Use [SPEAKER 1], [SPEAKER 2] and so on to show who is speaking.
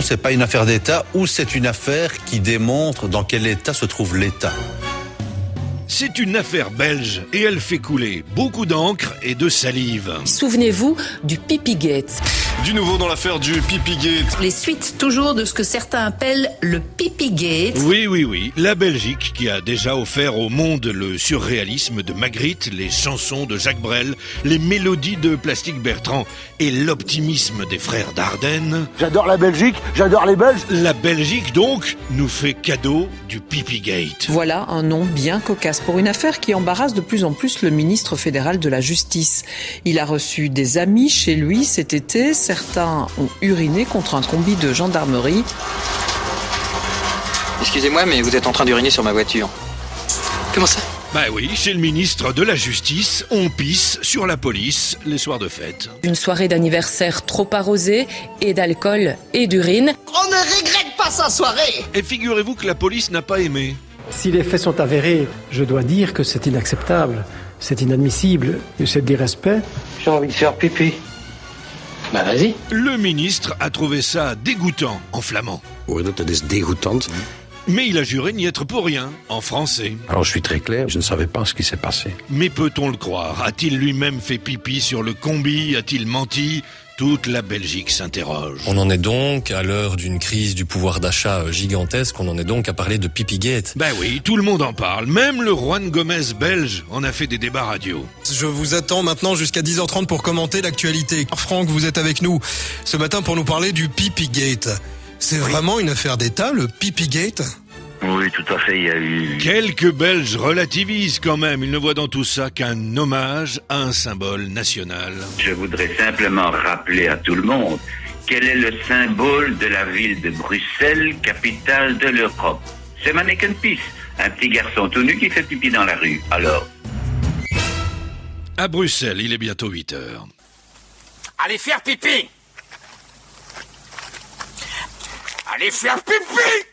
[SPEAKER 1] c'est pas une affaire d'État ou c'est une affaire qui démontre dans quel état se trouve l'État.
[SPEAKER 2] C'est une affaire belge et elle fait couler beaucoup d'encre et de salive.
[SPEAKER 3] Souvenez-vous du Pipigate.
[SPEAKER 4] Du nouveau dans l'affaire du Pipigate.
[SPEAKER 5] Les suites toujours de ce que certains appellent le Pipigate.
[SPEAKER 2] Oui, oui, oui. La Belgique qui a déjà offert au monde le surréalisme de Magritte, les chansons de Jacques Brel, les mélodies de Plastique Bertrand et l'optimisme des frères Dardenne.
[SPEAKER 6] J'adore la Belgique, j'adore les Belges.
[SPEAKER 2] La Belgique donc nous fait cadeau du Pipigate.
[SPEAKER 7] Voilà un nom bien cocasse pour une affaire qui embarrasse de plus en plus le ministre fédéral de la Justice. Il a reçu des amis chez lui cet été. Certains ont uriné contre un combi de gendarmerie.
[SPEAKER 8] Excusez-moi, mais vous êtes en train d'uriner sur ma voiture. Comment ça
[SPEAKER 2] Bah oui, chez le ministre de la Justice, on pisse sur la police les soirs de fête.
[SPEAKER 3] Une soirée d'anniversaire trop arrosée et d'alcool et d'urine.
[SPEAKER 9] On ne regrette pas sa soirée
[SPEAKER 2] Et figurez-vous que la police n'a pas aimé.
[SPEAKER 10] Si les faits sont avérés, je dois dire que c'est inacceptable, c'est inadmissible, c'est d'irrespect.
[SPEAKER 11] J'ai envie de faire pipi. Bah vas-y.
[SPEAKER 2] Le ministre a trouvé ça dégoûtant en flamand.
[SPEAKER 12] Oui, dat is dégoûtante.
[SPEAKER 2] Mais il a juré n'y être pour rien, en français.
[SPEAKER 12] Alors je suis très clair, je ne savais pas ce qui s'est passé.
[SPEAKER 2] Mais peut-on le croire A-t-il lui-même fait pipi sur le combi A-t-il menti toute la Belgique s'interroge.
[SPEAKER 13] On en est donc à l'heure d'une crise du pouvoir d'achat euh, gigantesque, on en est donc à parler de Pipigate.
[SPEAKER 2] Ben oui, tout le monde en parle, même le Juan Gomez belge en a fait des débats radio.
[SPEAKER 14] Je vous attends maintenant jusqu'à 10h30 pour commenter l'actualité. Franck, vous êtes avec nous ce matin pour nous parler du Pipigate. C'est oui. vraiment une affaire d'État, le Pipigate
[SPEAKER 15] oui, tout à fait, il y a eu...
[SPEAKER 2] Quelques Belges relativisent quand même. Ils ne voient dans tout ça qu'un hommage à un symbole national.
[SPEAKER 15] Je voudrais simplement rappeler à tout le monde quel est le symbole de la ville de Bruxelles, capitale de l'Europe. C'est Mannequin Peace, un petit garçon tout nu qui fait pipi dans la rue. Alors...
[SPEAKER 2] À Bruxelles, il est bientôt 8 heures.
[SPEAKER 16] Allez faire pipi Allez faire pipi